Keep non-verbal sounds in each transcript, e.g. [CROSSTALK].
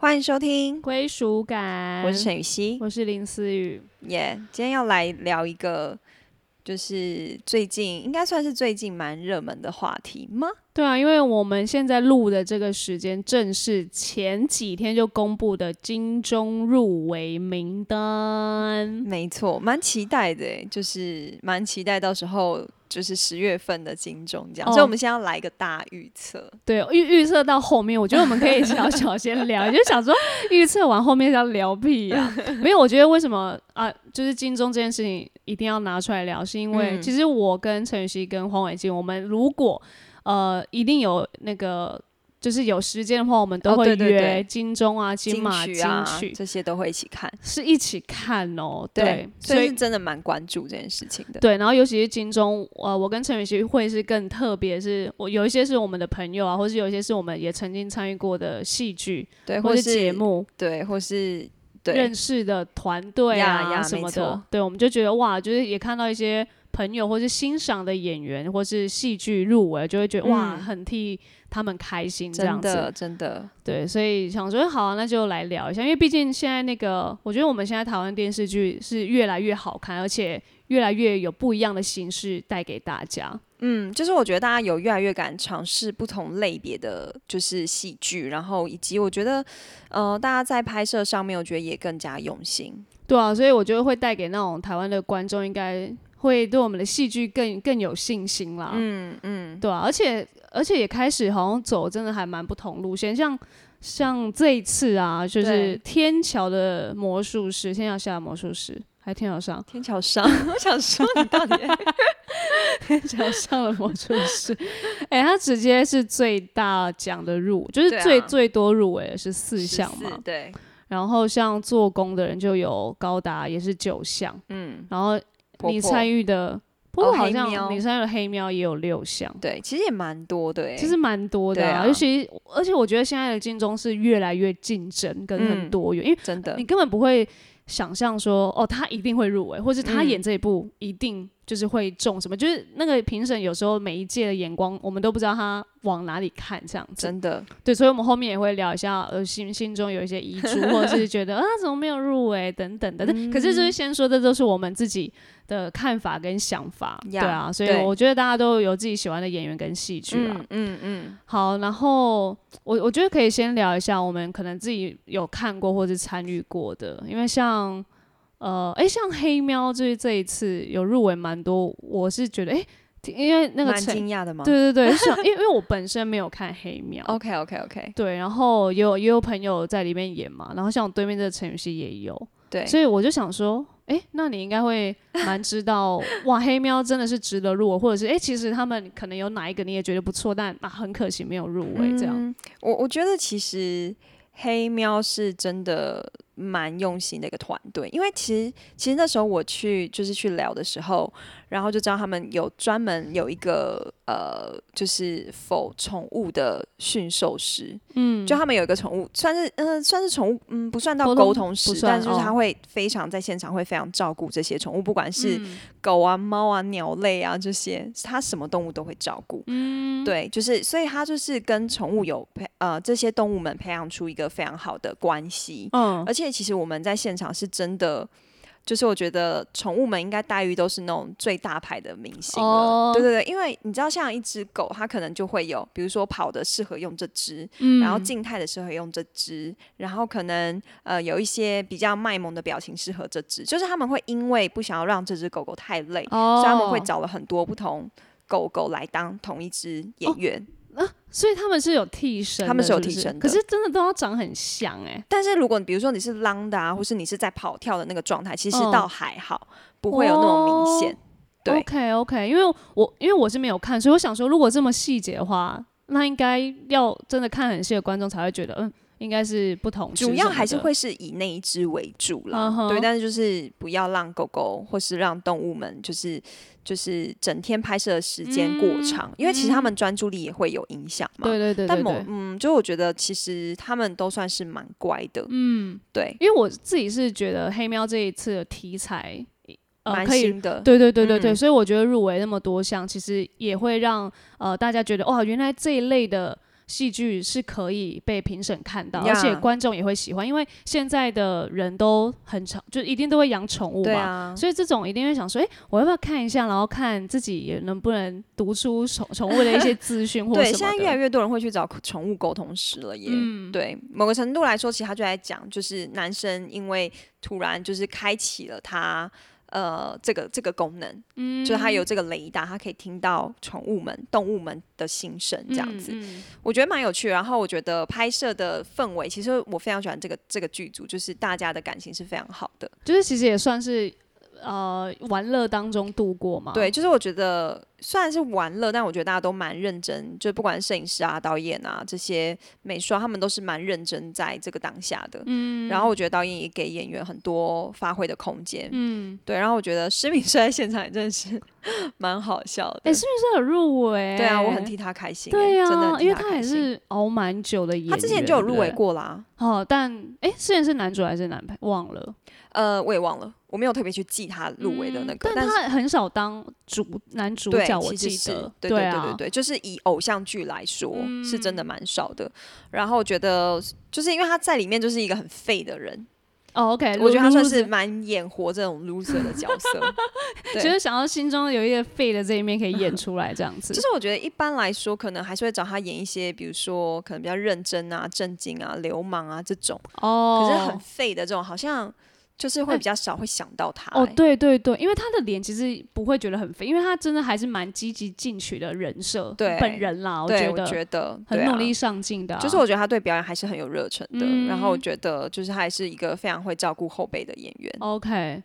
欢迎收听，归属感。我是，陈雨希，我是林思雨。耶今天要来聊一个，就是最近应该算是最近蛮热门的话题吗？对啊，因为我们现在录的这个时间，正是前几天就公布的金钟入围名单。没错，蛮期待的耶，就是蛮期待到时候就是十月份的金钟奖，哦所以我们先要来一个大预测。对，预预测到后面，我觉得我们可 [LAUGHS] 以小小先聊，就想说预测完后面要聊屁 [LAUGHS] 呀、没有，我觉得为什么啊，就是金钟这件事情一定要拿出来聊，是因为、嗯其实我跟陈雨希跟黄伟晋，我们如果呃一定有那个。就是有时间的话，我们哦都会对对对约金钟啊、金金马、曲啊曲这些都会一起看，是一起看哦。所所以以是真的蛮关注这件事情的。对，然后尤其是金钟，呃，我跟陈雨希会是更特别，是我有一些是我们的朋友啊，或是有一些是我们也曾经参与过的戏剧对，或或是节，目对，或是对认识的团队呀啊呀什没么错的，对，我们就觉得哇，就是也看到一些朋友或是欣赏的演员或是戏剧入围，就会觉得、哇，嗯很替他们开心这真样子的。真的，对，所以想说好、啊，那就来聊一下，因为毕竟现在那个，我觉得我们现在台湾电视剧是越来越好看，而且越来越有不一样的形式带给大家。嗯，就是我觉得大家有越来越敢尝试不同类别的就是戏剧，然后以及我觉得，呃，大家在拍摄上面，我觉得也更加用心。对啊，所以我觉得会带给那种台湾的观众，应该会对我们的戏剧更更有信心啦。嗯嗯，对啊，而且而且也开始好像走真的还蛮不同路线，像像这一次啊，就是对天桥的魔术师，天桥下的魔术师，还天桥上。天桥上， [LAUGHS] 我想说你 [LAUGHS] 到底脚上的魔术师， [LAUGHS] 哎、他直接是最大奖的入，就是对啊最、最多入围的是四项14嘛。对，然后像做工的人就有高达也是九项，嗯，然后婆你婆参与的，不过哦好黑像喵你参与的黑喵也有六项，对，其实也蛮多的、欸，其实蛮多的、对啊尤其而且我觉得现在的竞争是越来越竞争跟嗯很多元，因为真的你，根本不会想象说，哦，他一定会入围，或是他嗯演这一部一定就是会中什么，就是那个评审有时候每一届的眼光，我们都不知道他往哪里看这样子。真的，对，所以我们后面也会聊一下，呃，心心中有一些遗珠，或者 [LAUGHS] 是觉得啊，怎么没有入围等等的。嗯但可是就是先说，这都是我们自己的看法跟想法，对呀啊，所以对我觉得大家都有自己喜欢的演员跟戏剧啊。嗯嗯嗯，好，然后我我觉得可以先聊一下我们可能自己有看过或是参与过的，因为像呃，诶，像黑喵就是这一次有入围蛮多，我是觉得诶，挺因为那个蛮成惊讶的吗？对对对，像因为因为我本身没有看黑喵。 ，OK OK OK，对，然后也有也有朋友在里面演嘛，然后像我对面这个陈雨希也有，对，所以我就想说，诶，那你应该会蛮知道，哇，黑喵真的是值得入围，或者是诶，其实他们可能有哪一个你也觉得不错，但啊很可惜没有入围这样。嗯我我觉得其实黑喵是真的蛮用心的一个团队，因为其实其实那时候我去就是去聊的时候，然后就知道他们有专门有一个呃，就是否宠物的驯兽师，嗯，就他们有一个宠物，算是嗯、呃算是宠物，嗯不算到沟通沟通不师，但算就是他哦会非常在现场会非常照顾这些宠物，不管是嗯狗啊、猫啊、鸟类啊这些，他什么动物都会照顾。嗯，对，就是所以他就是跟宠物有培呃这些动物们培养出一个非常好的关系，嗯，而且其实我们在现场是真的。就是我觉得宠物们应该待遇都是那种最大牌的明星了，哦对对对，因为你知道像一只狗，它可能就会有，比如说跑的适合用这只，嗯然后静态的适合用这只，然后可能呃有一些比较卖萌的表情适合这只，就是他们会因为不想要让这只狗狗太累，哦，所以他们会，找了很多不同狗狗来当同一只哦演员。所以他们是有替身的，他们是有不替身的可是真的都要长很像哎，但是如果你比如说你是浪的啊，或是你是在跑跳的那个状态，其实嗯哦倒还好，不会有那种明显。对 OK OK，因为我因为我是没有看，所以我想说，如果这么细节的话，那应该要真的看很细的观众才会觉得，嗯，应该是不同只什主么的，要还是会是以那一只为主啦嗯哼对，但是就是不要让狗狗或是让动物们就是就是整天拍摄的时间过嗯长，因为其实他嗯们专注力也会有影响嘛。对，对对但对某对，嗯，就我觉得其实他们都算是蛮乖的，嗯，对，因为我自己是觉得黑喵这一次的题材，呃，蛮可以新的，对对对对对，嗯所以我觉得入围那么多项，其实也会让呃大家觉得哇，原来这一类的戏剧是可以被评审看到 Yeah 而且观众也会喜欢，因为现在的人都很宠，就一定都会养宠物对嘛。啊，所以这种一定会想说，哎、我要不要看一下，然后看自己也能不能读出宠宠物的一些资讯或什 [LAUGHS] 么对，的。嗯现在越来越多人会去找宠物沟通师了耶。对，某个程度来说，其实他就在讲，就是男生因为突然就是开启了他呃这个这个功能，嗯就是他有这个雷达，他可以听到宠物们、动物们的心声这样子。嗯嗯我觉得蛮有趣的。然后我觉得拍摄的氛围，其实我非常喜欢这个这个剧组，就是大家的感情是非常好的。就是其实也算是呃玩乐当中度过嘛。对，，就是我觉得虽然是玩乐，但我觉得大家都蛮认真，就不管摄影师啊、导演啊这些美术啊，他们都是蛮认真在这个当下的。嗯，然后我觉得导演也给演员很多发挥的空间。嗯，对，然后我觉得施敏生在现场也真的是 [LAUGHS] 蛮好笑的。哎、是不是有入围？对啊，我很替他开心欸、哎对呀、真的很替因为他他开也心是熬蛮久的演员，他之前就有入围对不对过啦。哦，但哎，之前是男主还是男配忘了呃，我也忘了，我没有特别去记他入围的那个，嗯但但是他很少当主男主对，角，我其记实是得，对对对对啊，嗯对，就是以偶像剧来说，是真的蛮少的。然后我觉得，就是因为他在里面就是一个很废的人，哦，OK，我觉得他算 loser 是蛮演活这种 loser 的角 [LAUGHS] 色。对就是想要心中有一个废的这一面可以演出来，这样子，就是我觉得一般来说，可能还是会找他演一些，比如说可能比较认真啊、正经啊、流氓啊这种，哦，哎可是很废的这种，好像就是会比较少会想到他、哦，欸对对对，因为他的脸其实不会觉得很废，因为他真的还是蛮积极进取的人设，对本人啦，我对，觉我得觉得很对啊努力上进的啊、就是我觉得他对表演还是很有热忱的，嗯然后我觉得就是他也是一个非常会照顾后辈的演员。 OK，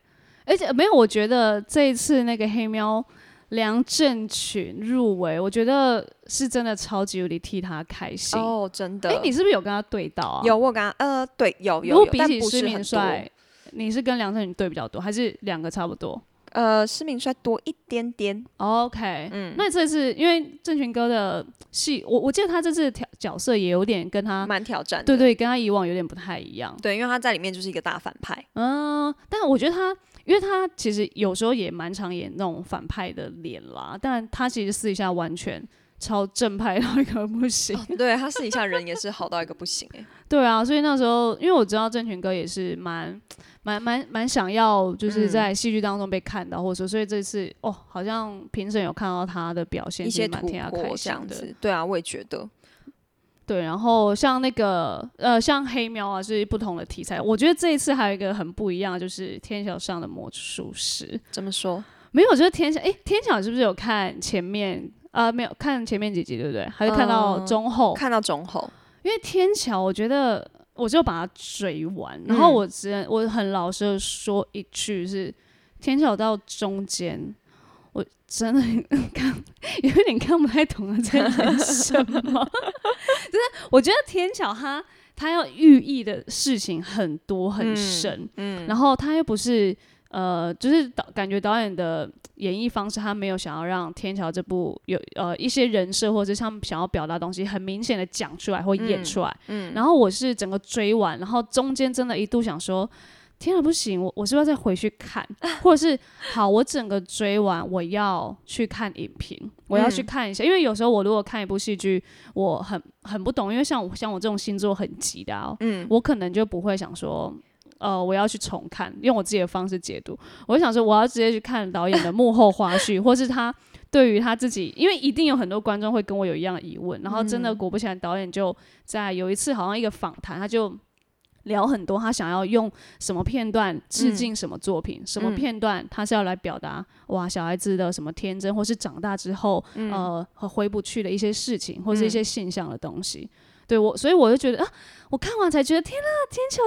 而且没有，我觉得这一次那个黑喵梁振群入围，我觉得是真的超级无敌替他开心。哎、哦，真的，你是不是有跟他对到啊？，有我跟他呃，对，有如有果有，比但起不施是明很多。帅，你是跟梁振群对比较多，还是两个差不多呃，施明帅多一点点， ？OK，嗯，那这次因为振群哥的戏，我我记得他这次的挑角色也有点跟他，蛮挑战的。啊对对，跟他以往有点不太一样。对，因为他在里面就是一个大反 [LAUGHS] 派。嗯，但我觉得他，因为他其实有时候也蛮常演那种反派的脸啦，但他其实私底下完全超正派到一个不行。对他私底下人也是好到一个不行哎、 [LAUGHS] 对啊，所以那时候因为我知道郑权哥也是蛮蛮蛮蛮想要就是嗯在戏剧当中被看到，或者说，所以这次哦，好像评审有看到他的表现，一其些实蛮突替他破开这心样的。子。对啊，我也觉得。对，然后像那个呃，像黑喵啊，就是不同的题材。我觉得这一次还有一个很不一样，就是《天桥上的魔术师》。这么说，没有，就是天桥，哎、天桥是不是有看前面？啊、没有看前面几集，对不对？还是看到嗯中后？看到中后，因为天桥，我觉得我就把它追完，然后嗯我只能我很老实的说一句是，天桥到中间，我真的看有点看不太懂他在演什么， [LAUGHS] 就是我觉得天桥它它要寓意的事情很多很嗯深，嗯，然后他又不是呃，就是导感觉导演的演绎方式，他没有想要让《天桥》这部有呃一些人设或者是他们想要表达的东西很明显的讲出来或演出来。嗯然后我是整个追完，然后中间真的一度想说。天啊，不行！我我是不是要再回去 [LAUGHS] 看，或者是好，我整个追完，我要去看影评，我要去嗯看一下，因为有时候我如果看一部戏剧，我很很不懂，因为像我像我这种星座很急的、啊，嗯我可能就不会想说，呃，我要去重看，用我自己的方式解读。我就想说，我要直接去看导演的幕后花絮， [LAUGHS] 或是他对于他自己，因为一定有很多观众会跟我有一样的疑问。然后真的果不其然，导演就在有一次好像一个访谈，他就。聊很多，他想要用什么片段致敬什么作品，什么片段他是要来表达哇小孩子的什么天真，或是长大之后、呃和回不去的一些事情，或是一些现象的东西。对我，所以我就觉得啊，我看完才觉得天呐，天桥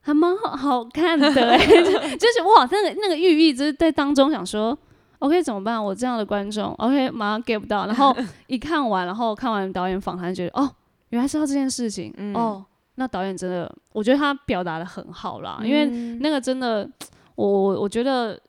还蛮好好看的、欸， [LAUGHS] 就就是哇，那个那个寓意就是在当中想说。OK，怎么办？我这样的观众，OK，马上 get 不到。然后一看完，然后看完导演访谈，觉得哦，原来是要这件事情。嗯哦，那导演真的，我觉得他表达的很好啦，因为嗯那个真的，我我我觉得，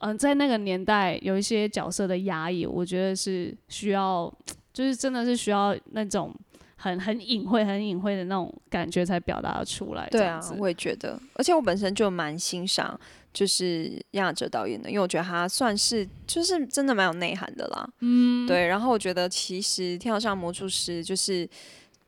嗯、在那个年代有一些角色的压抑，我觉得是需要，就是真的是需要那种很很隐晦、很隐晦的那种感觉才表达得出来。对这啊样子，我也觉得，而且我本身就蛮欣赏就是杨雅哲导演的，因为我觉得他算是就是真的蛮有内涵的啦。嗯，对。然后我觉得其实《天桥上魔术师》就是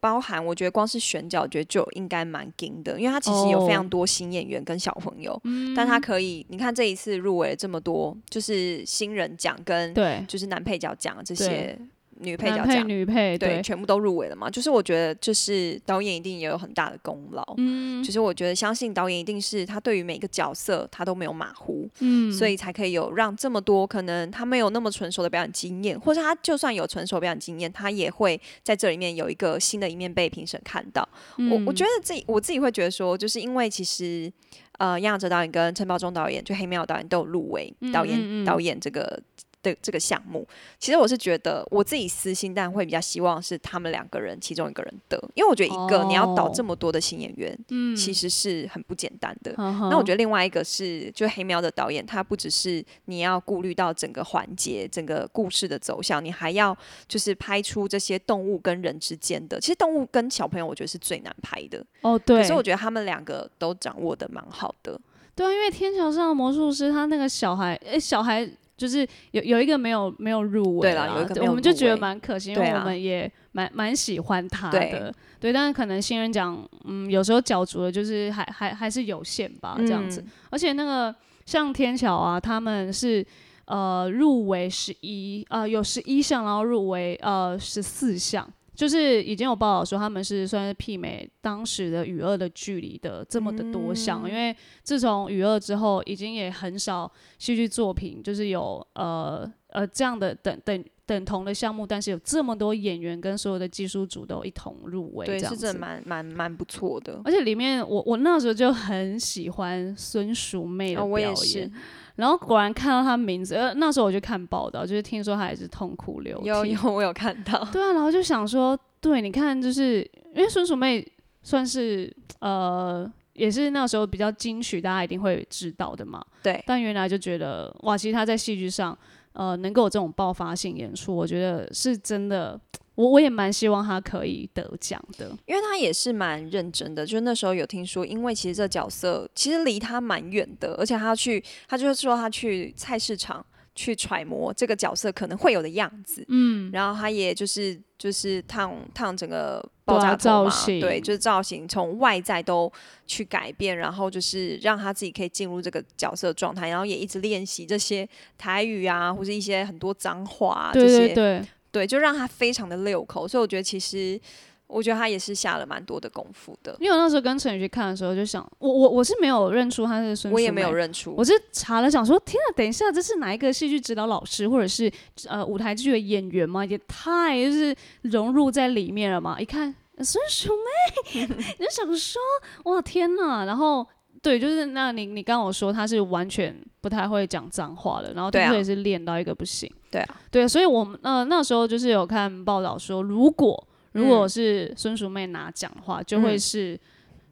包含，我觉得光是选角，我觉得就应该蛮劲的，因为他其实有非常哦嗯多新演员跟小朋友，但他可以，你看这一次入围了这么多，就是新人奖跟对，就是男配角奖这对些女配角男配、奖。女配，对，对，全部都入围了嘛。就是我觉得，就是导演一定也有很大的功劳。嗯，就是我觉得，相信导演一定是他对于每个角色他都没有马虎，嗯，所以才可以有让这么多可能他没有那么成熟的表演经验，或者他就算有成熟表演经验，他也会在这里面有一个新的一面被评审看到。嗯我我觉得自己我自己会觉得说，就是因为其实呃，杨雅哲导演跟陈宝忠导演，就黑喵导演都有入围导演、嗯嗯导演这个。的这个项目，其实我是觉得我自己私心，但会比较希望是他们两个人其中一个人得，因为我觉得一个你要导这哦么多的新演员，嗯其实是很不简单的。那那我觉得另外一个是，就黑喵的导演，他不只是你要顾虑到整个环节、整个故事的走向，你还要就是拍出这些动物跟人之间的。其实动物跟小朋友，我觉得是最难拍的，可哦，对，是我觉得他们两个都掌握的蛮好的。对啊，因为天桥上的魔术师他那个小孩，诶，小孩就是有有一个没有没有入围对啦啦，有一个对没有我们就入觉得围蛮可惜，因对为啊我们也蛮蛮喜欢他对的，对，但是可能新人奖，嗯，有时候角逐的就是还还还是有限吧，啊这样子，嗯而且那个像天桥啊，他们是。呃，入围十一，呃，有十一项，然后入围呃十四项，就是已经有报道说他们是算是媲美当时的与二的距离的这么的多嗯项，因为自从与二之后，已经也很少戏剧作品就是有呃呃这样的等等等同的项目，但是有这么多演员跟所有的技术组都一同入围，对，这是样真的子。蛮蛮蛮不错的。而且里面我我那时候就很喜欢孙淑妹的哦，表我演，也是，然后果然看到她名字，呃那时候我就看报道，就是听说她也是痛哭流涕，有有我有看到，对啊，然后就想说，对，你看，就是因为孙鼠妹算是呃，也是那时候比较金曲，大家一定会知道的嘛。对，但原来就觉得哇，其实她在戏剧上，呃，能够有这种爆发性演出，我觉得是真的。我我也蛮希望她可以得奖的。因为他也是蛮认真的，就是那时候有听说，因为其实这角色其实离他蛮远的，而且他要去，他就是说他去菜市场去揣摩这个角色可能会有的样子，嗯，然后他也就是就是烫烫整个爆炸头对啊造嘛，型对，就是造型从外在都去改变，然后就是让他自己可以进入这个角色状态，然后也一直练习这些台语啊，或是一些很多脏话、啊、对这些对对，对，就让他非常的溜口，所以我觉得其实，我觉得他也是下了蛮多的功夫的。因为我那时候跟陈宇去看的时候，就想我我我是没有认出她是孙，我也没有。认出，我是查了，想说天啊，等一下，这是哪一个戏剧指导老师，或者是呃舞台剧的演员吗？也太就是融入在里面了嘛！一看呃孙 [LAUGHS] 淑妹，你就想说哇天呐！然后对，就是那你你刚我说他是完全不太会讲脏话的，然后对啊听说也是练到一个不行。对啊，对，所以我们呃那时候就是有看报道说，如果如果是孙淑妹拿奖的话，就会嗯是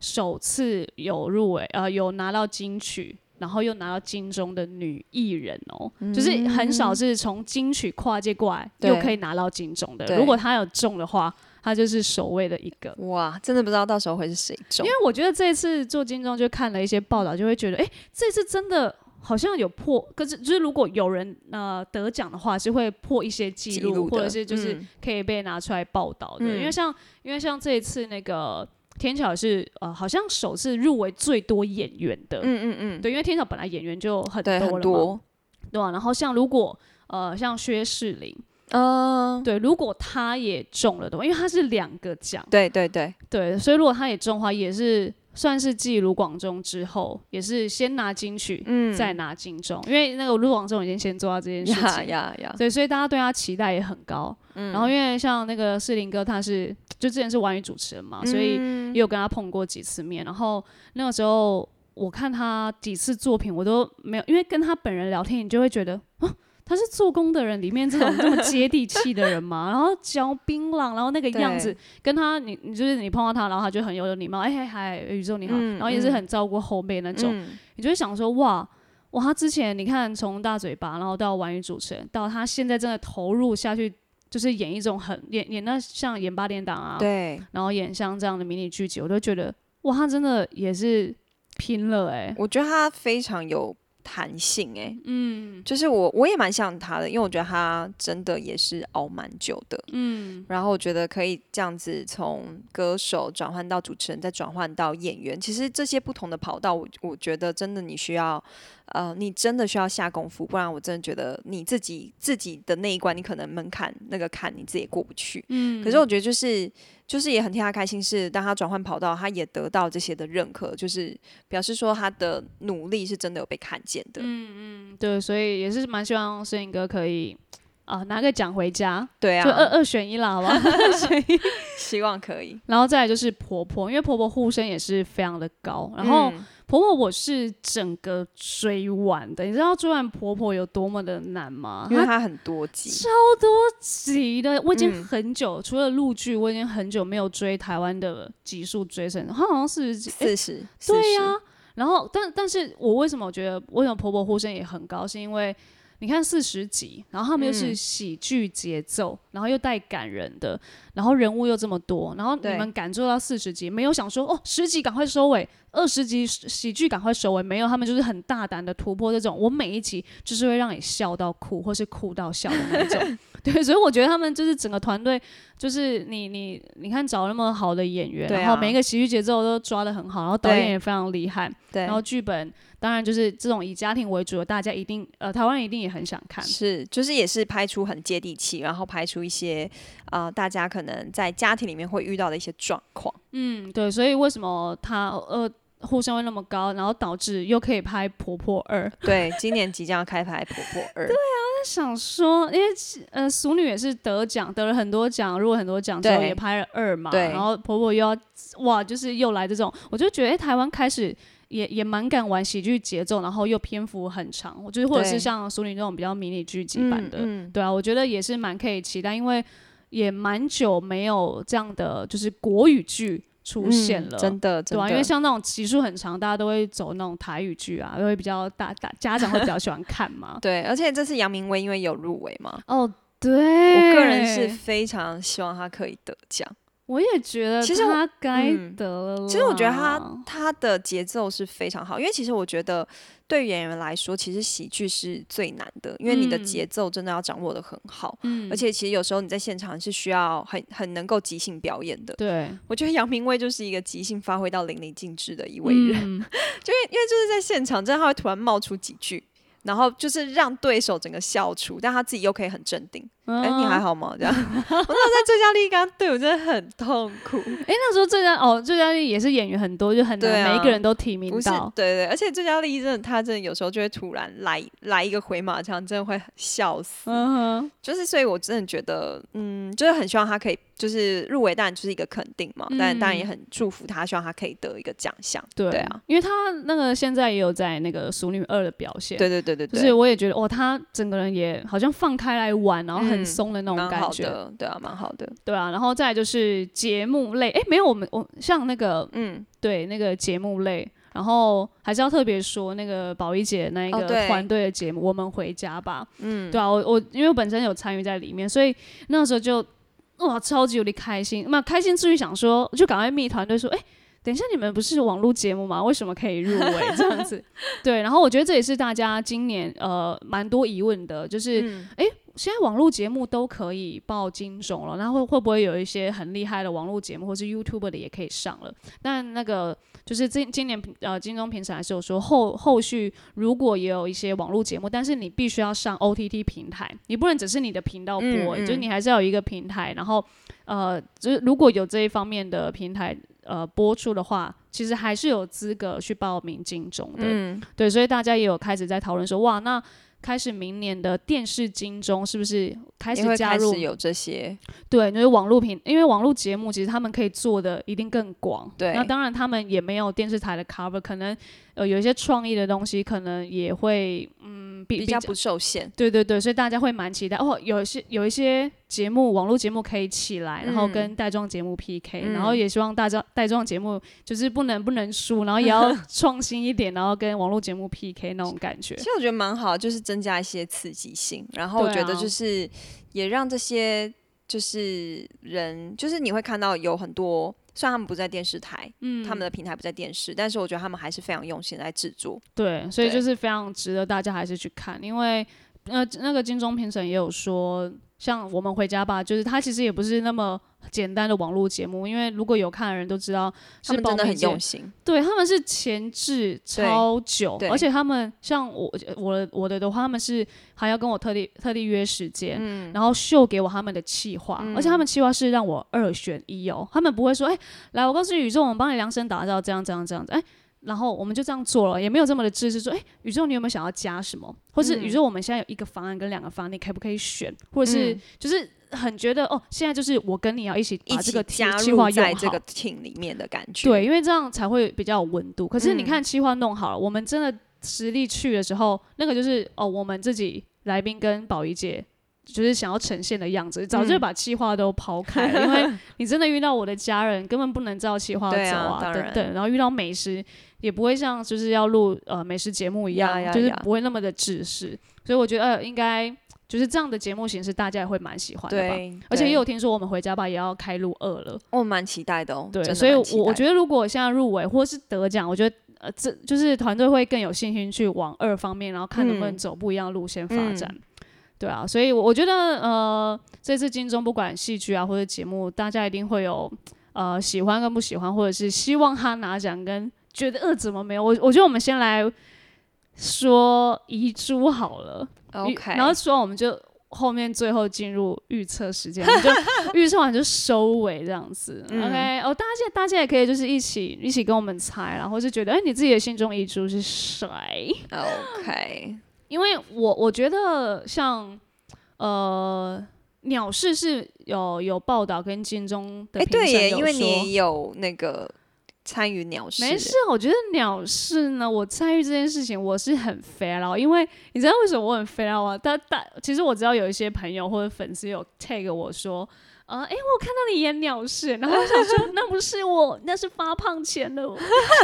首次有入围呃有拿到金曲，然后又拿到金钟的女艺人哦，就是很少是从金曲跨界过来嗯对又可以拿到金钟的。对如果她有中的话，她就是首位的一个。哇，真的不知道到时候会是谁中因。为我觉得这一次做金钟就看了一些报道，就会觉得，哎、这次真的好像有破，可是就是如果有人呃得奖的话，是会破一些记记录，录的或者是就是嗯可以被拿出来报道的。嗯因为像因为像这一次那个天桥是呃好像首次入围最多演员的，嗯嗯嗯，对，因为天桥本来演员就很对，多了嘛，很多，对啊然后像如果呃像薛仕凌，嗯，对，如果他也中了的话，因为他是两个奖。对对对，对，所以如果他也中的话，也是算是继卢广仲之后，也是先拿金曲，嗯，再拿金钟，因为那个卢广仲已经先做到这件事 [LAUGHS] 呀情，呀呀，对，所以大家对他期待也很高。嗯然后因为像那个士林哥，他是就之前是玩语主持人嘛，所以嗯也有跟他碰过几次面。然后那个时候我看他几次作品，我都没有，因为跟他本人聊天，你就会觉得，啊，他是做工的人里面这种这么接地气的 [LAUGHS] 人嘛。然后嚼槟榔，然后那个样子对，跟他你你就是你碰到他，然后他就很有礼貌，哎嗨嗨，宇宙你好，嗯然后也是嗯很照顾后辈那种。嗯你就会想说，哇哇，他之前你看从大嘴巴，然后到玩语主持人，到他现在真的投入下去就是演一种很演演那像演八点档啊，对，然后演像这样的迷你剧集，我都觉得哇，他真的也是拼了哎、我觉得他非常有弹性、欸，嗯就是我我也蛮想他的，因为我觉得他真的也是熬蛮久的，嗯，然后我觉得可以这样子从歌手转换到主持人，再转换到演员。其实这些不同的跑道，我我觉得真的你需要，呃，你真的需要下功夫，不然我真的觉得你自己自己的那一关，你可能门槛那个坎你自己也过不去。嗯，可是我觉得就是就是也很替他开心，是当他转换跑道，他也得到这些的认可，就是表示说他的努力是真的有被看见的。嗯嗯对，所以也是蛮希望摄影哥可以啊、拿个奖回家，对就呃二啊，二选一啦，好不好？ [LAUGHS] 二选一。 [LAUGHS] 希望可以。然后再来就是婆婆，因为婆婆呼声也是非常的高，然后嗯婆婆我是整个追完的，你知道追完婆婆有多么的难吗？因为她他很多集，啊急的，我已经嗯很久、除了陆剧，我已经很久没有追台湾的集数追成，她好像是四十，对呀、 40然后，但但是我为什么我觉得为什么婆婆呼声也很高，是因为你看四十集，然后他们又是嗯喜剧节奏，然后又带感人的，然后人物又这么多，然后你对们敢做到四十集，没有想说哦十集赶快收尾，二十集喜剧赶快收尾，没有，他们就是很大胆的突破这种，我每一集就是会让你笑到哭，或是哭到笑的那 [LAUGHS] 种。对，所以我觉得他们就是整个团队，就是你你你看找那么好的演员，对啊然后每一个喜剧节奏都抓的很好，然后导演对也非常厉害，对，然后剧本当然就是这种以家庭为主的，大家一定呃台湾人一定也很想看。是，就是也是拍出很接地气，然后拍出一些呃大家可能在家庭里面会遇到的一些状 [LAUGHS] 况。嗯，对，所以为什么他呃呼声会那么高，然后导致又可以拍《婆婆二》？对，今年即将要开拍《婆婆二》，想说，因为呃，《俗女》也是得奖，得了很多奖，入围很多奖之后对也拍了二嘛，对然后婆婆又要哇，就是又来这种，我就觉得、诶哎台湾开始也也蛮敢玩喜剧节奏，然后又篇幅很长，我觉得或者是对像《俗女》这种比较迷你剧集嗯版的，嗯对啊，我觉得也是蛮可以期待，因为也蛮久没有这样的就是国语剧出现嗯了，真的，真对的，。啊，因为像那种集数很长，大家都会走那种台语剧啊，都会比较大大家长会比较喜欢看嘛 [LAUGHS] 对，而且这次杨明威因为有入围嘛，哦，我对，个人是非常希望他可以得奖。我也觉得，其实我他该嗯得了啦、其实我觉得他他的节奏是非常好，因为其实我觉得对于演员来说，其实喜剧是最难的，因为你的嗯节奏真的要掌握的很好。嗯而且其实有时候你在现场是需要很很能够即兴表演的。对我觉得杨明威就是一个即兴发挥到淋漓尽致的一位人，[LAUGHS] 嗯，就因为因为就是在现场，真的他会突然冒出几句，然后就是让对手整个笑出，但他自己又可以很镇定。 [LAUGHS] 哎、你还好？好吗？这样，我那时候在最佳力刚对我真的很痛苦，哎、那时候最佳哦，最佳也是演员很多，就很难、对啊每一个人都提名不是到，。对对，而且最佳力真的他真的有时候就会突然来来一个回马枪，真的会笑死。嗯哼，就是，所以我真的觉得，嗯，就是很希望他可以，就是入围，当然就是一个肯定嘛，但当然也嗯很祝福他，希望他可以得一个奖项。对对啊，因为他那个现在也有在那个《熟女二》的表现，对对对对就对，是我也觉得哦，他整个人也好像放开来玩，然后嗯很松的那种蛮感好觉，的，对啊，蛮好的。对啊。然后再来就是节目类，哎、没有我们我像那个嗯，对那个节目类，然后还是要特别说那个宝仪姐那一哦个对团队的节目《我们回家吧》。嗯，对啊，我我因为我本身有参与在里面，所以那时候就哇超级有点开心，那开心至于想说就赶快密团队说，哎、等一下，你们不是网络节目吗？为什么可以入围这样子？ [LAUGHS] 对，然后我觉得这也是大家今年呃蛮多疑问的，就是嗯哎、诶现在网络节目都可以报金钟了，那会会不会有一些很厉害的网络节目或是 YouTube 的也可以上了？但那个就是今今年呃金钟评审还是有说后后续如果也有一些网络节目，但是你必须要上 OTT 平台，你不能只是你的频道播、欸嗯嗯就是你还是要有一个平台，然后呃就是如果有这一方面的平台呃播出的话，其实还是有资格去报名金钟的。嗯，对，所以大家也有开始在讨论说，哇，那开始明年的电视金钟是不是开也始会加开入始？有这些，对，就是网络平，因为网络节目其实他们可以做的一定更广。对那当然他们也没有电视台的 cover，可能呃有一些创意的东西，可能也会嗯比比较不受限。对对对，所以大家会蛮期待哦。有一些有一些节目，网络节目可以起来，然后嗯跟带状节目 PK，、嗯然后也希望大家带状节目就是不能不能输，然后也要创新一点，然后跟网络节目 PK 那种感 [LAUGHS] 觉其。实我觉得蛮好，就是增加一些刺激性，然后我对觉得啊就是也让这些就是人，就是你会看到有很多，虽然他们不在电视台，嗯，他们的平台不在电视，但是我觉得他们还是非常用心地在制作。对，所以对就是非常值得大家还是去看，因为呃，那个金钟评审也有说，像我们回家吧，就是它其实也不是那么简单的网络节目，因为如果有看的人都知道他是们真的包很蜜姐用心，对，他们是前置超久，对而且他们像我我的我的的话，他们是还要跟我特地特地约时间，嗯然后秀给我他们的企划，而且他们企划是让我二选一哦，他们不会说，哎、来，我告诉宇宙，我们帮你量身打造这样这样这样子，哎、然后我们就这样做了，也没有这么的自私，说，哎、宇宙你有没有想要加什嗯么，或是宇宙我们现在有一个方案跟两个方案，你可不可以选，或者是、嗯就是很觉得哦，现在就是我跟你要一起一把这起个计加计划入用在好。这个 team 里面的感觉。对，，因为这样才会比较有温度。可是你嗯看企划弄好了，我们真的实力去的时候，那个就是哦，我们自己来宾跟宝仪姐。就是想要呈现的样子，早就嗯把企划都抛开 [LAUGHS] 了，因为你真的遇到我的家人，根本不能照企划对走啊当等然等。然后遇到美食，也不会像就是要录呃美食节目一样呀呀就是呀不会那么的制式。所以我觉得、呃、应该就是这样的节目形式，大家也会蛮喜欢的吧。对，而且也对有听说我们回家吧也要开录二了，我蛮期待的哦。对，真的所以蛮期我我待觉得如果现在入围或是得奖，我觉得呃，这就是团队会更有信心去往二方面，然后看能不能嗯走不一样的路线发展。对啊，所以我我觉得呃，这次金钟不管戏剧啊或者节目，大家一定会有呃喜欢跟不喜欢，或者是希望他拿奖跟觉得呃怎么没有。我我觉得我们先来说遗珠好了。预 OK，然后说完我们就后面最后进入预测时间，我们就 [LAUGHS] 预测完就收尾这样子。嗯 OK，哦，大家大家也可以就是一起一起跟我们猜啦，或是觉得哎、你自己的心中遗珠是谁？ OK，哎因为我我觉得像呃鸟市是有有报道跟金钟的哎，评对审耶，有因为说你有那个参与鸟事，没事，我觉得鸟事呢，我参与这件事情我是很 fail，哦因为你知道为什么我很 fail 吗？但但其实我知道有一些朋友或者粉丝有 tag 我说，呃，诶，我看到你演鸟事，然后我想 [LAUGHS] 说那不是我，那是发胖前的我，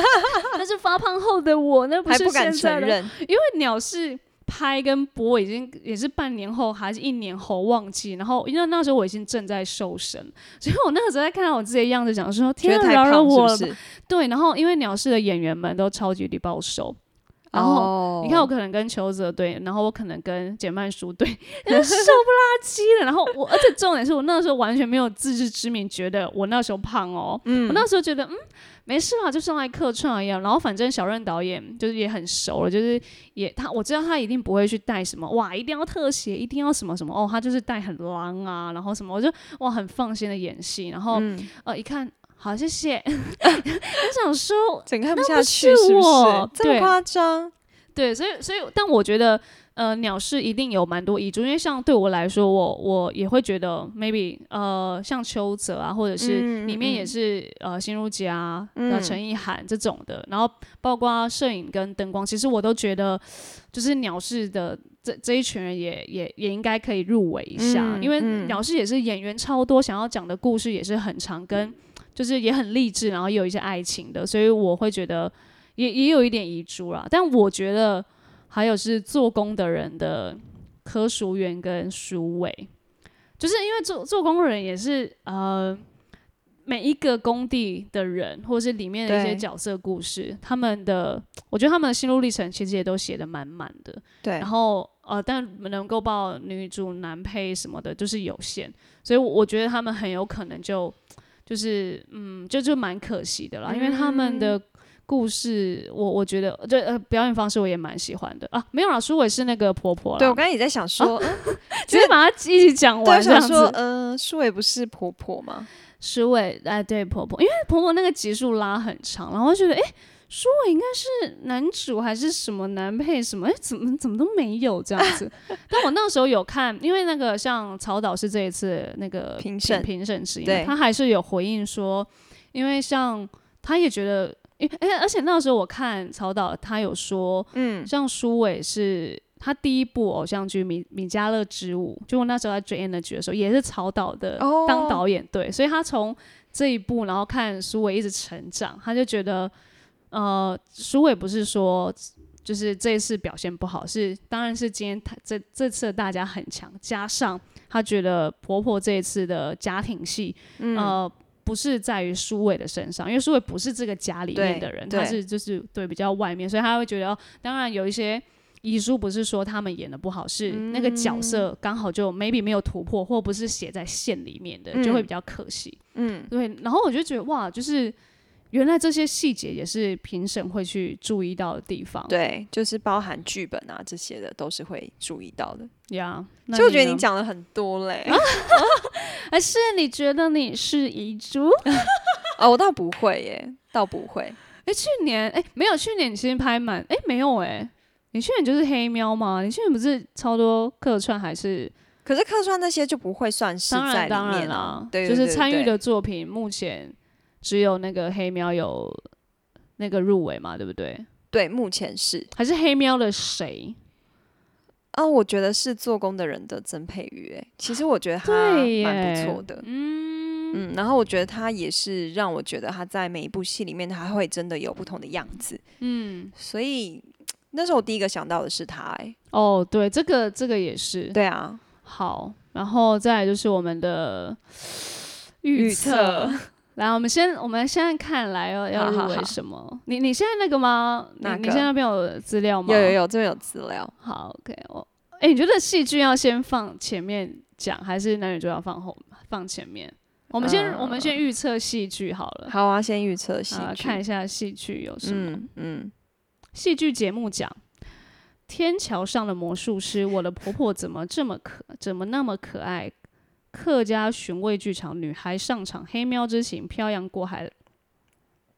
[LAUGHS] 那是发胖后的我，那不还是不敢现在承的我。认。因为鸟是拍跟播已经也是半年后还是一年后忘记，然后因为那时候我已经正在瘦身，所以我那个时候在看到我自己的样子，想说觉天得啊，太饶了胖是我不了吧是？对，然后因为鸟市的演员们都超级力爆手，然后哦你看我可能跟邱泽对，然后我可能跟简曼 [LAUGHS] 书对，就是瘦不拉几的。然后我，而且重点是我那时候完全没有自知之明，觉得我那时候胖哦。我那时候觉得嗯没事啦，就上来客串一样。然后反正小任导演就是也很熟了，就是也他我知道他一定不会去带什么哇，一定要特写，一定要什么什么哦，他就是带很狼啊，然后什么我就哇很放心的演戏。然后、嗯呃一看好谢谢， [LAUGHS] 我想说整个看不那下不去，是是不我是？这对么夸张？对，所以所以，但我觉得，呃，鸟是一定有蛮多遗珠，因为像对我来说，我我也会觉得，maybe，呃，像邱泽啊，或者是嗯里面也嗯是、呃心如姐啊、嗯陈意涵这种的，然后包括摄影跟灯光，其实我都觉得，就是鸟市的这这一群人也也也应该可以入围一下，嗯因为嗯鸟市也是演员超多，想要讲的故事也是很长，跟就是也很励志，然后也有一些爱情的，所以我会觉得也也有一点遗珠啦。但我觉得还有是做工的人的科属员跟书伟，就是因为做做工的人也是呃。每一个工地的人，或是里面的一些对角色故事，他们的，我觉得他们的心路历程其实也都写的满满的。对然，后呃，但能够报女主男配什么的，就是有限，所以我我觉得他们很有可能就就是嗯，就就蛮可惜的啦，因为他们嗯的故事，我我觉得这呃表演方式我也蛮喜欢的啊，没有啦，苏伟是那个婆婆啦，对我刚才也在想 [LAUGHS] 说，嗯直接把它一起讲对，我完啊这样想子。说，嗯，舒伟不是婆婆吗？舒伟哎，对婆婆，因为婆婆那个集数拉很长，然后我觉得哎，舒伟应该是男主还是什么男配什么？哎，怎么怎么都没有这样 [LAUGHS] 子。但我那时候有看，因为那个像曹导是这一次那个评审评审之一嘛，对他还是有回应说，因为像他也觉得，因为哎，而且那时候我看曹导他有说，嗯，像舒伟是。他第一部偶像剧《米米迦勒之舞》，就我那时候在追 Energy 的时候，也是曹导的哦当导演对，所以他从这一部，然后看苏伟一直成长，他就觉得，呃，苏伟不是说就是这一次表现不好，是当然是今天他这这次的大家很强，加上她觉得婆婆这一次的家庭戏，嗯呃。不是在于苏伟的身上，因为苏伟不是这个家里面的人，对他对是就是对比较外面，所以他会觉得，哦、当然有一些遗书不是说他们演的不好，是嗯那个角色刚好就 maybe 没有突破，或不是写在线里面的，就会比较可惜。嗯，对，然后我就觉得哇，就是原来这些细节也是评审会去注意到的地方。对，就是包含剧本啊这些的都是会注意到的。呀，所以我觉得你你呢，讲了很多 [LAUGHS] 嘞。还哎是你觉得你是遗珠？哦，我倒不会耶，倒不会。哎、去年哎、没有，去年你其实拍蛮哎、没有哎、你去年就是黑喵嘛，你去年不是超多客串还是？可是客串那些就不会算是当在然里当然面啦啊，，对，就对是参与。的作品目前只有那个黑喵有那个入围嘛，对不对？对对，目前是。还是黑喵的谁？啊，我觉得是做工的人的曾佩瑜，哎，其实我觉得他对蛮耶不错的。嗯嗯，然后我觉得他也是让我觉得他在每一部戏里面，他会真的有不同的样子。嗯，所以那时候我第一个想到的是他，哎，哦，对，这个这个也是对啊，好，然后再来就是我们的预测测。来，我们先，我们现在看来要要好入好围好什么？你你现在那个吗？你哪你个现在那边有资料吗？有有有，这边有资料。好，OK，我哎、你觉得戏剧要先放前面讲，还是男女主角放后放前面？我们先、我们先预测戏剧好了，呃好啊，先预测戏啊剧。看一下戏剧有什么嗯嗯，戏剧节目奖。天桥上的魔术师，我的婆婆怎么这么可，怎么那么可爱？客家寻味剧场女孩上场，黑喵之情，漂洋过海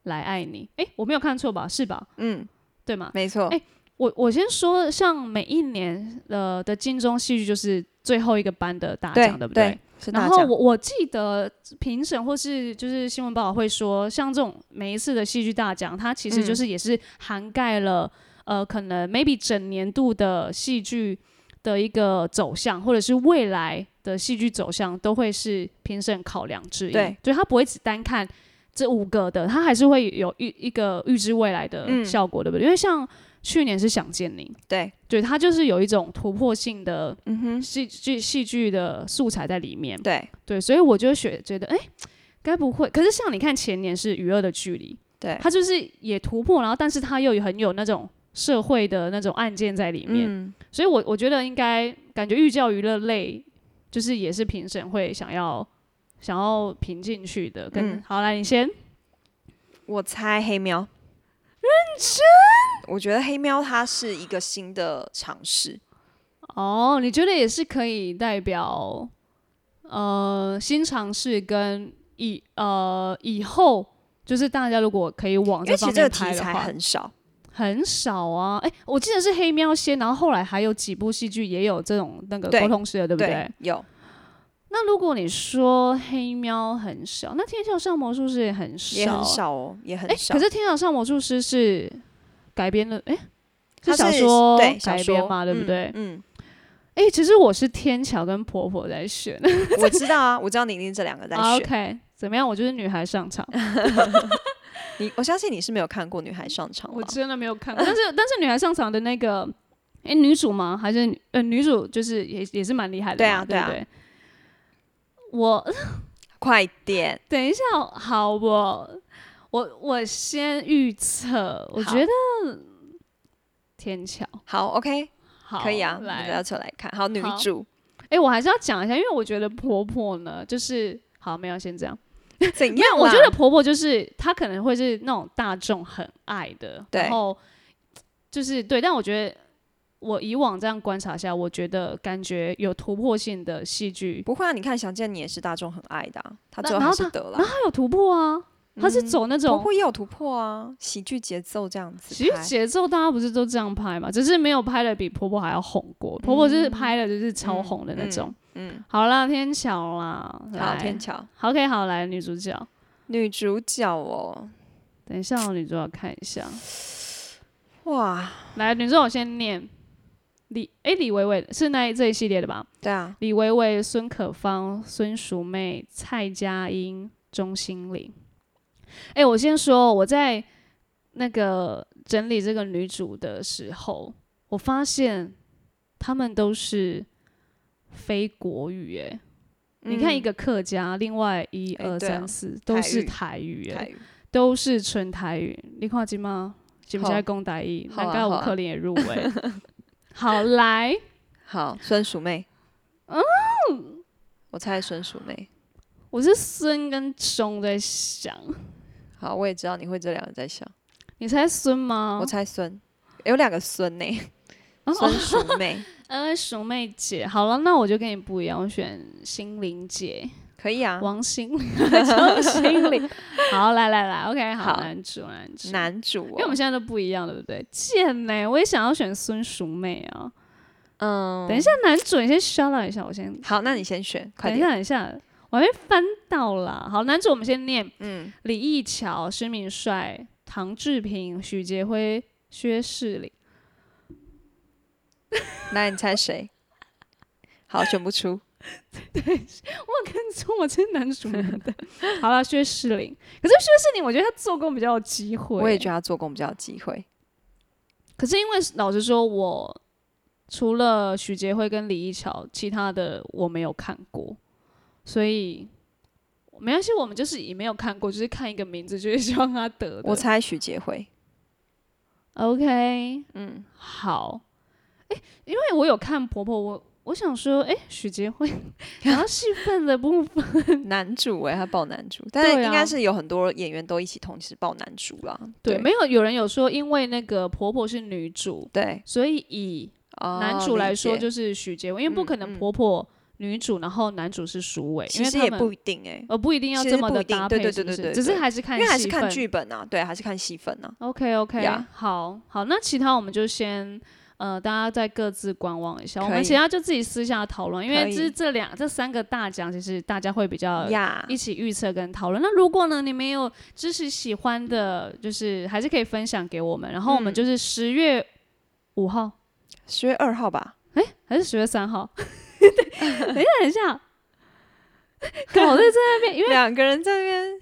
来爱你。哎、我没有看错吧？是吧？嗯，对吗？没错。哎我我先说，像每一年呃的金钟戏剧就是最后一个班的大对奖，对不对？，是大然后奖。我我记得评审或是就是新闻报道会说，像这种每一次的戏剧大奖，它其嗯实就是也是涵盖了、呃，可能 maybe 整年度的戏剧的一个走向，或者是未来的戏剧走向，都会是评审考量之一。对，就是它不会只单看这五个的，它还是会有预一个预知未来的嗯效果，对不对？因为像去年是想见你，对，对，它就是有一种突破性的嗯哼，戏剧戏剧的素材在里面。对对，所以我就觉觉得，哎、该不会？可是像你看前年是《娱乐的距离》，对，它就是也突破，然后但是它又有很有那种社会的那种案件在里面，嗯，所以我我觉得应该感觉寓教于乐类，就是也是评审会想要想要评进去的。跟、嗯好来，你先我猜黑喵。认真？我觉得黑喵它是一个新的尝试。哦，你觉得也是可以代表呃新尝试跟以呃以后。就是大家如果可以往因为其这哦方实这面个拍题的材话，很少，很少啊，哎、我记得是黑喵先，然后后来还有几部戏剧也有这种那个对沟通式的，对不对？有那如果你说黑喵很少，那天桥上魔术师也很少，也很。少哦，也很哎、少。可是天桥上魔术师是改编的，哎、它小是说对小改说编嘛，对不嗯对？ [LAUGHS] 嗯，哎、其实我是天桥跟婆婆在选，我知道啊，我知道你一定这两个在 [LAUGHS] 选。 OK，怎么样？我就是女孩上场，你我相信你是没有看过《女孩上场》我吧？真的没有看过，但是但是女孩上场的那个，哎、女主吗？还是女呃女主就是也也是蛮厉害的对啊嘛，对对啊不对我快点，等一下，好我我我先预测，我好觉得天桥好，OK，好可以啊，我们不来要，扯来看。好，女好 [LAUGHS] 主哎、我还是要讲一下，因为我觉得婆婆呢，就是好没有先这样，怎没有，样啦？我觉得婆婆就是她可能会是那种大众很爱的，对然后就是对，但我觉得我以往这样观察下，我觉得感觉有突破性的戏剧，不会啊，你看《想见你》也是大众很爱的啊，他那最后然还后是他得了然后。她有突破啊，她是走那突种。破也有突破啊，喜剧节奏这样子拍。其实节奏大家不是都这样拍嘛，只是没有拍的比婆婆还要红过。婆婆就是拍的就是超红的那种。嗯，好啦，天桥啦，好，来天桥好 OK，好来女主角，女主角哦，等一下哦女主角看一下。哇，来，女主角先念李诶，李维维是那一这一系列的吧？对啊，李维维、孙可芳、孙淑媚、蔡佳音、钟欣凌。诶，我先说，我在那个整理这个女主的时候，我发现她们都是非国语哎、你看一个客家，另外一哎二嗯对啊三四都是台语哎、台语，都是纯台语。你看今吗？今好在讲台语，好啊难怪好我啊可能也入 [LAUGHS] 围。好来，好，孙淑妹，哦我猜孙淑妹。我是孙跟钟在想，好，我也知道你会这两个在想，你猜孙吗我？猜孙，有两个孙呢、哦孙淑妹呃，熊妹姐，好了，那我就跟你不一样，我选心灵姐，可以啊。王心凌，张心 [LAUGHS] 凌。好，来来来，OK，好，好男主男主，男主、哦，因为我们现在都不一样，对不对？贱呢、我也想要选孙淑妹啊。嗯，等一下，男主，你先 shout out 一下，我先，好，那你先选，快等一点。下，等一下，我还没翻到啦。好，男主我们先念嗯，李义乔、施明帅、唐志平、许杰辉、薛世 [LAUGHS] 林。来，你猜谁？好，选不出。我跟你说，我真男主男的。好了，薛世林，可是薛世林，我觉得他做工比较有机会。我也觉得他做工比较有机会。可是因为老实说，我除了许杰辉跟李一乔，其他的我没有看过，所以没关系，我们就是以没有看过，就是看一个名字，就是希望他得的。我猜许杰辉， OK，嗯，好。哎、因为我有看婆婆，我我想说，哎、许 [LAUGHS] 杰辉，然后戏份的部 [LAUGHS] 分，男主哎、他报男主，但是对啊应该是有很多演员都一起同时报男主啦。对， [LAUGHS] 对没有有人有说，因为那个婆婆是女主，对，所以以哦男主来说理解就是许杰文，因为不可嗯能嗯婆婆、女主，然后男主是鼠尾，因其为实他也们不一定哎、呃不一定要其这实么不的一定搭对配，对是不对对是只是对还是看因为还戏是呃看份剧本啊，对，还是看戏份啊。 OK OK，呀好好，那其他我们就先呃，大家再各自观望一下，我可们以其他就自己私下讨论，因可为以这这两这三个大奖，其实大家会比较呀一起预测跟讨论。那如果呢，你们有支持喜欢的，就是还是可以分享给我们。然后我们嗯就是十月五号、十月二号吧，还是十月三号？ [LAUGHS] 对，[LAUGHS] 等一下，等一下，搞得在那边，因为两个人在那边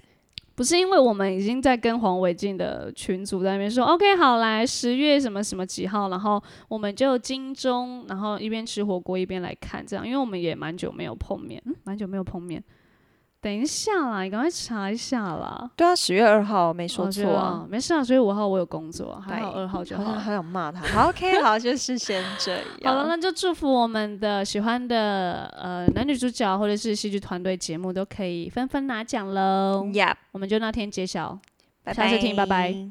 不是因为我们已经在跟黄伟晋的群组在那边说，OK，好来十月什么什么几号，然后我们就金钟，然后一边吃火锅一边来看这样，因为我们也蛮久没有碰面，嗯，蛮久没有碰面。等一下啦，你赶快查一下啦。对啊，十月二号没没说错啊，，没事啊，所以五号我有工作，还好对二号 [LAUGHS] 就好好像。还想骂他。好，OK，好，就是先这 [LAUGHS] 样。好了，那就祝福我们的喜欢的呃男女主角或者是戏剧团队节目都可以纷纷拿奖喽。 Yep，我们就那天揭晓。拜拜，下次听拜拜。